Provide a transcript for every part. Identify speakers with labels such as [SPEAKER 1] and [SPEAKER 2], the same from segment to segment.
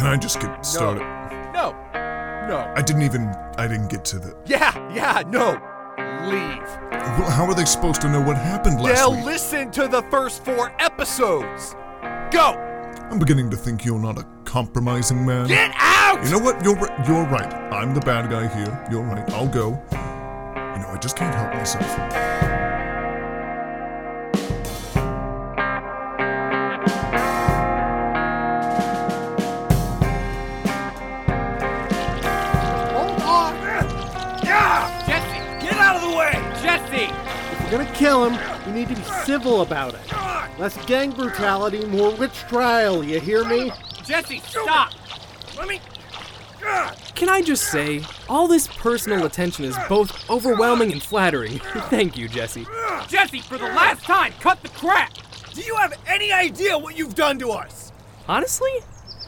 [SPEAKER 1] I just get started?
[SPEAKER 2] No. No.
[SPEAKER 1] I didn't even. I didn't get to the.
[SPEAKER 2] Yeah, yeah, no. Leave.
[SPEAKER 1] Well, how are they supposed to know what happened last
[SPEAKER 2] They'll
[SPEAKER 1] week?
[SPEAKER 2] listen to the first four episodes. Go!
[SPEAKER 1] I'm beginning to think you're not a compromising man.
[SPEAKER 2] Get out!
[SPEAKER 1] You know what? You're ri- you're right. I'm the bad guy here. You're right. I'll go. You know, I just can't help myself.
[SPEAKER 2] Hold on! Yeah! Jesse, get out of the way! Jesse!
[SPEAKER 3] If we're gonna kill him, we need to be civil about it. Less gang brutality, more witch trial, you hear me?
[SPEAKER 2] Jesse, stop! Let me.
[SPEAKER 4] Can I just say, all this personal attention is both overwhelming and flattering. Thank you, Jesse.
[SPEAKER 2] Jesse, for the last time, cut the crap! Do you have any idea what you've done to us?
[SPEAKER 4] Honestly,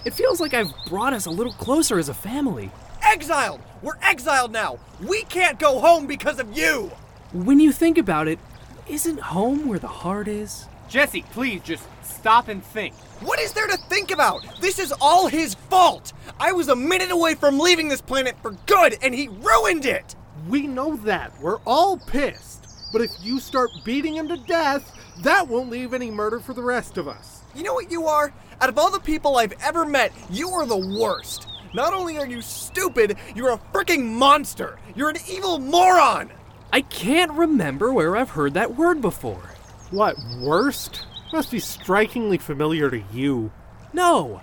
[SPEAKER 4] it feels like I've brought us a little closer as a family.
[SPEAKER 2] Exiled! We're exiled now! We can't go home because of you!
[SPEAKER 4] When you think about it, isn't home where the heart is?
[SPEAKER 5] Jesse, please just stop and think.
[SPEAKER 2] What is there to think about? This is all his fault! I was a minute away from leaving this planet for good, and he ruined it!
[SPEAKER 3] We know that. We're all pissed. But if you start beating him to death, that won't leave any murder for the rest of us.
[SPEAKER 2] You know what you are? Out of all the people I've ever met, you are the worst. Not only are you stupid, you're a freaking monster! You're an evil moron!
[SPEAKER 4] I can't remember where I've heard that word before.
[SPEAKER 3] What, worst? Must be strikingly familiar to you.
[SPEAKER 4] No,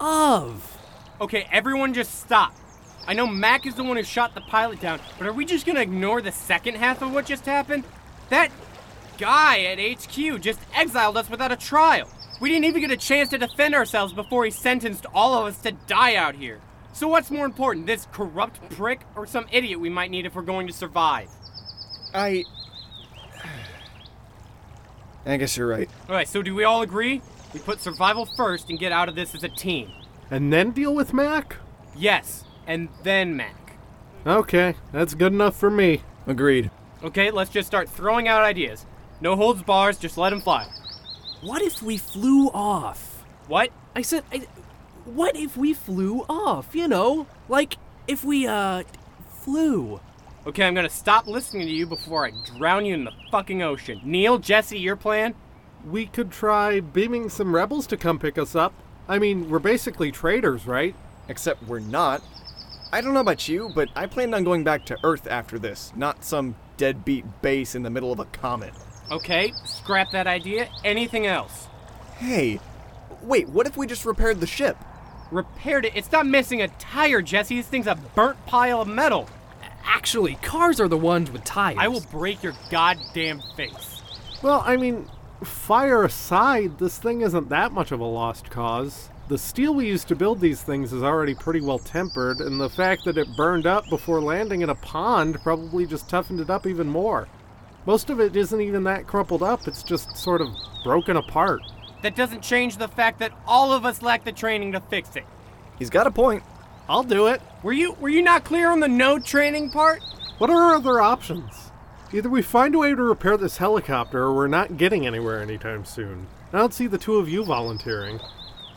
[SPEAKER 4] of.
[SPEAKER 5] Okay, everyone just stop. I know Mac is the one who shot the pilot down, but are we just gonna ignore the second half of what just happened? That guy at HQ just exiled us without a trial. We didn't even get a chance to defend ourselves before he sentenced all of us to die out here. So, what's more important, this corrupt prick or some idiot we might need if we're going to survive?
[SPEAKER 2] I. I guess you're right.
[SPEAKER 5] Alright, so do we all agree? We put survival first and get out of this as a team.
[SPEAKER 3] And then deal with Mac?
[SPEAKER 5] Yes, and then Mac.
[SPEAKER 3] Okay, that's good enough for me.
[SPEAKER 6] Agreed.
[SPEAKER 5] Okay, let's just start throwing out ideas. No holds bars, just let them fly.
[SPEAKER 4] What if we flew off?
[SPEAKER 5] What?
[SPEAKER 4] I said, I, what if we flew off? You know, like if we, uh, flew.
[SPEAKER 5] Okay, I'm gonna stop listening to you before I drown you in the fucking ocean. Neil, Jesse, your plan?
[SPEAKER 3] We could try beaming some rebels to come pick us up. I mean, we're basically traitors, right?
[SPEAKER 6] Except we're not. I don't know about you, but I planned on going back to Earth after this, not some deadbeat base in the middle of a comet.
[SPEAKER 5] Okay, scrap that idea. Anything else?
[SPEAKER 6] Hey, wait, what if we just repaired the ship?
[SPEAKER 5] Repaired it. It's not missing a tire, Jesse. This thing's a burnt pile of metal.
[SPEAKER 4] Actually, cars are the ones with tires.
[SPEAKER 5] I will break your goddamn face.
[SPEAKER 3] Well, I mean, fire aside, this thing isn't that much of a lost cause. The steel we use to build these things is already pretty well tempered, and the fact that it burned up before landing in a pond probably just toughened it up even more. Most of it isn't even that crumpled up, it's just sort of broken apart.
[SPEAKER 5] That doesn't change the fact that all of us lack the training to fix it.
[SPEAKER 6] He's got a point.
[SPEAKER 3] I'll do it.
[SPEAKER 5] Were you were you not clear on the no training part?
[SPEAKER 3] What are our other options? Either we find a way to repair this helicopter, or we're not getting anywhere anytime soon. I don't see the two of you volunteering.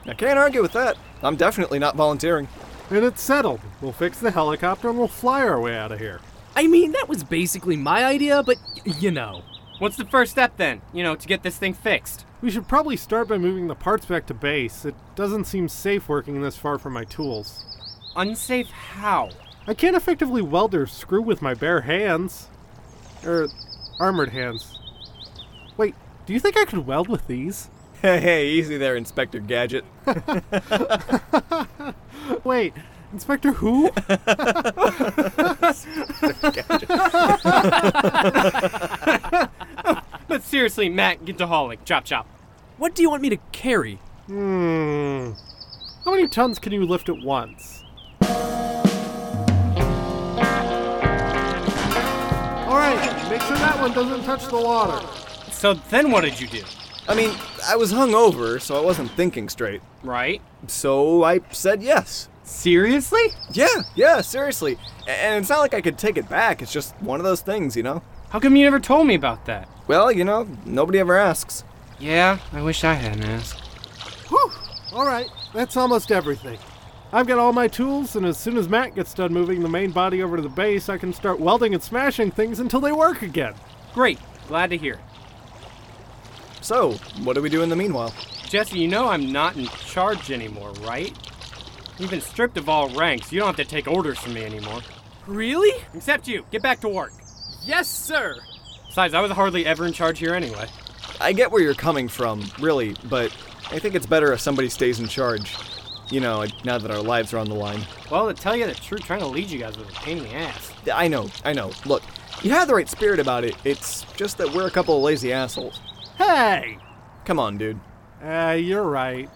[SPEAKER 6] I can't argue with that. I'm definitely not volunteering.
[SPEAKER 3] And it's settled. We'll fix the helicopter and we'll fly our way out of here.
[SPEAKER 4] I mean, that was basically my idea, but y- you know.
[SPEAKER 5] What's the first step then? You know, to get this thing fixed.
[SPEAKER 3] We should probably start by moving the parts back to base. It doesn't seem safe working this far from my tools.
[SPEAKER 5] Unsafe how?
[SPEAKER 3] I can't effectively weld or screw with my bare hands. Or armored hands. Wait, do you think I could weld with these?
[SPEAKER 6] Hey, hey, easy there, Inspector Gadget.
[SPEAKER 3] Wait, Inspector who?
[SPEAKER 5] But seriously, Matt, get to hauling. Chop chop.
[SPEAKER 4] What do you want me to carry?
[SPEAKER 3] Hmm. How many tons can you lift at once? Alright, make sure that one doesn't touch the water.
[SPEAKER 5] So then what did you do?
[SPEAKER 6] I mean, I was hungover, so I wasn't thinking straight.
[SPEAKER 5] Right?
[SPEAKER 6] So I said yes.
[SPEAKER 5] Seriously?
[SPEAKER 6] Yeah, yeah, seriously. A- And it's not like I could take it back, it's just one of those things, you know?
[SPEAKER 5] How come you never told me about that?
[SPEAKER 6] Well, you know, nobody ever asks.
[SPEAKER 5] Yeah, I wish I hadn't asked.
[SPEAKER 3] Whew! Alright, that's almost everything. I've got all my tools, and as soon as Matt gets done moving the main body over to the base, I can start welding and smashing things until they work again.
[SPEAKER 5] Great. Glad to hear.
[SPEAKER 6] So, what do we do in the meanwhile?
[SPEAKER 5] Jesse, you know I'm not in charge anymore, right? You've been stripped of all ranks. You don't have to take orders from me anymore.
[SPEAKER 7] Really?
[SPEAKER 5] Except you. Get back to work.
[SPEAKER 7] Yes, sir.
[SPEAKER 5] Besides, I was hardly ever in charge here anyway.
[SPEAKER 6] I get where you're coming from, really, but I think it's better if somebody stays in charge. You know, now that our lives are on the line.
[SPEAKER 5] Well, to tell you the truth, trying to lead you guys was a pain in the ass.
[SPEAKER 6] I know, I know. Look, you have the right spirit about it. It's just that we're a couple of lazy assholes.
[SPEAKER 3] Hey!
[SPEAKER 6] Come on, dude.
[SPEAKER 3] Ah, you're right.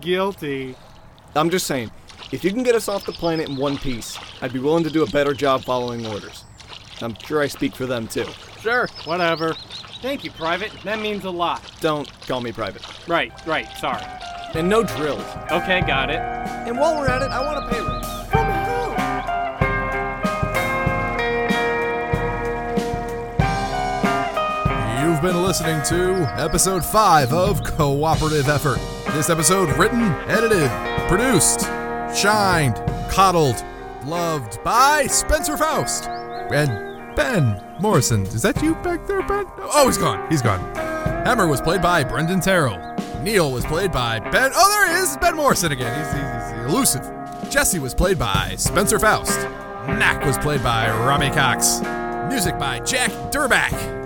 [SPEAKER 3] Guilty.
[SPEAKER 6] I'm just saying, if you can get us off the planet in one piece, I'd be willing to do a better job following orders. I'm sure I speak for them too.
[SPEAKER 5] Sure.
[SPEAKER 3] Whatever.
[SPEAKER 5] Thank you, Private. That means a lot.
[SPEAKER 6] Don't call me private.
[SPEAKER 5] Right, right. Sorry.
[SPEAKER 6] And no drills.
[SPEAKER 5] Okay, got it.
[SPEAKER 6] And while we're at it, I want a pay raise.
[SPEAKER 2] You've been listening to episode 5 of Cooperative Effort. This episode written, edited, produced, shined, coddled, loved by Spencer Faust and Ben Morrison. Is that you back there, Ben? Oh, he's gone. He's gone. Hammer was played by Brendan Terrell. Neil was played by Ben. Oh, there he is, Ben Morrison again. He's, he's, he's elusive. Jesse was played by Spencer Faust. Knack was played by Rami Cox. Music by Jack Durback.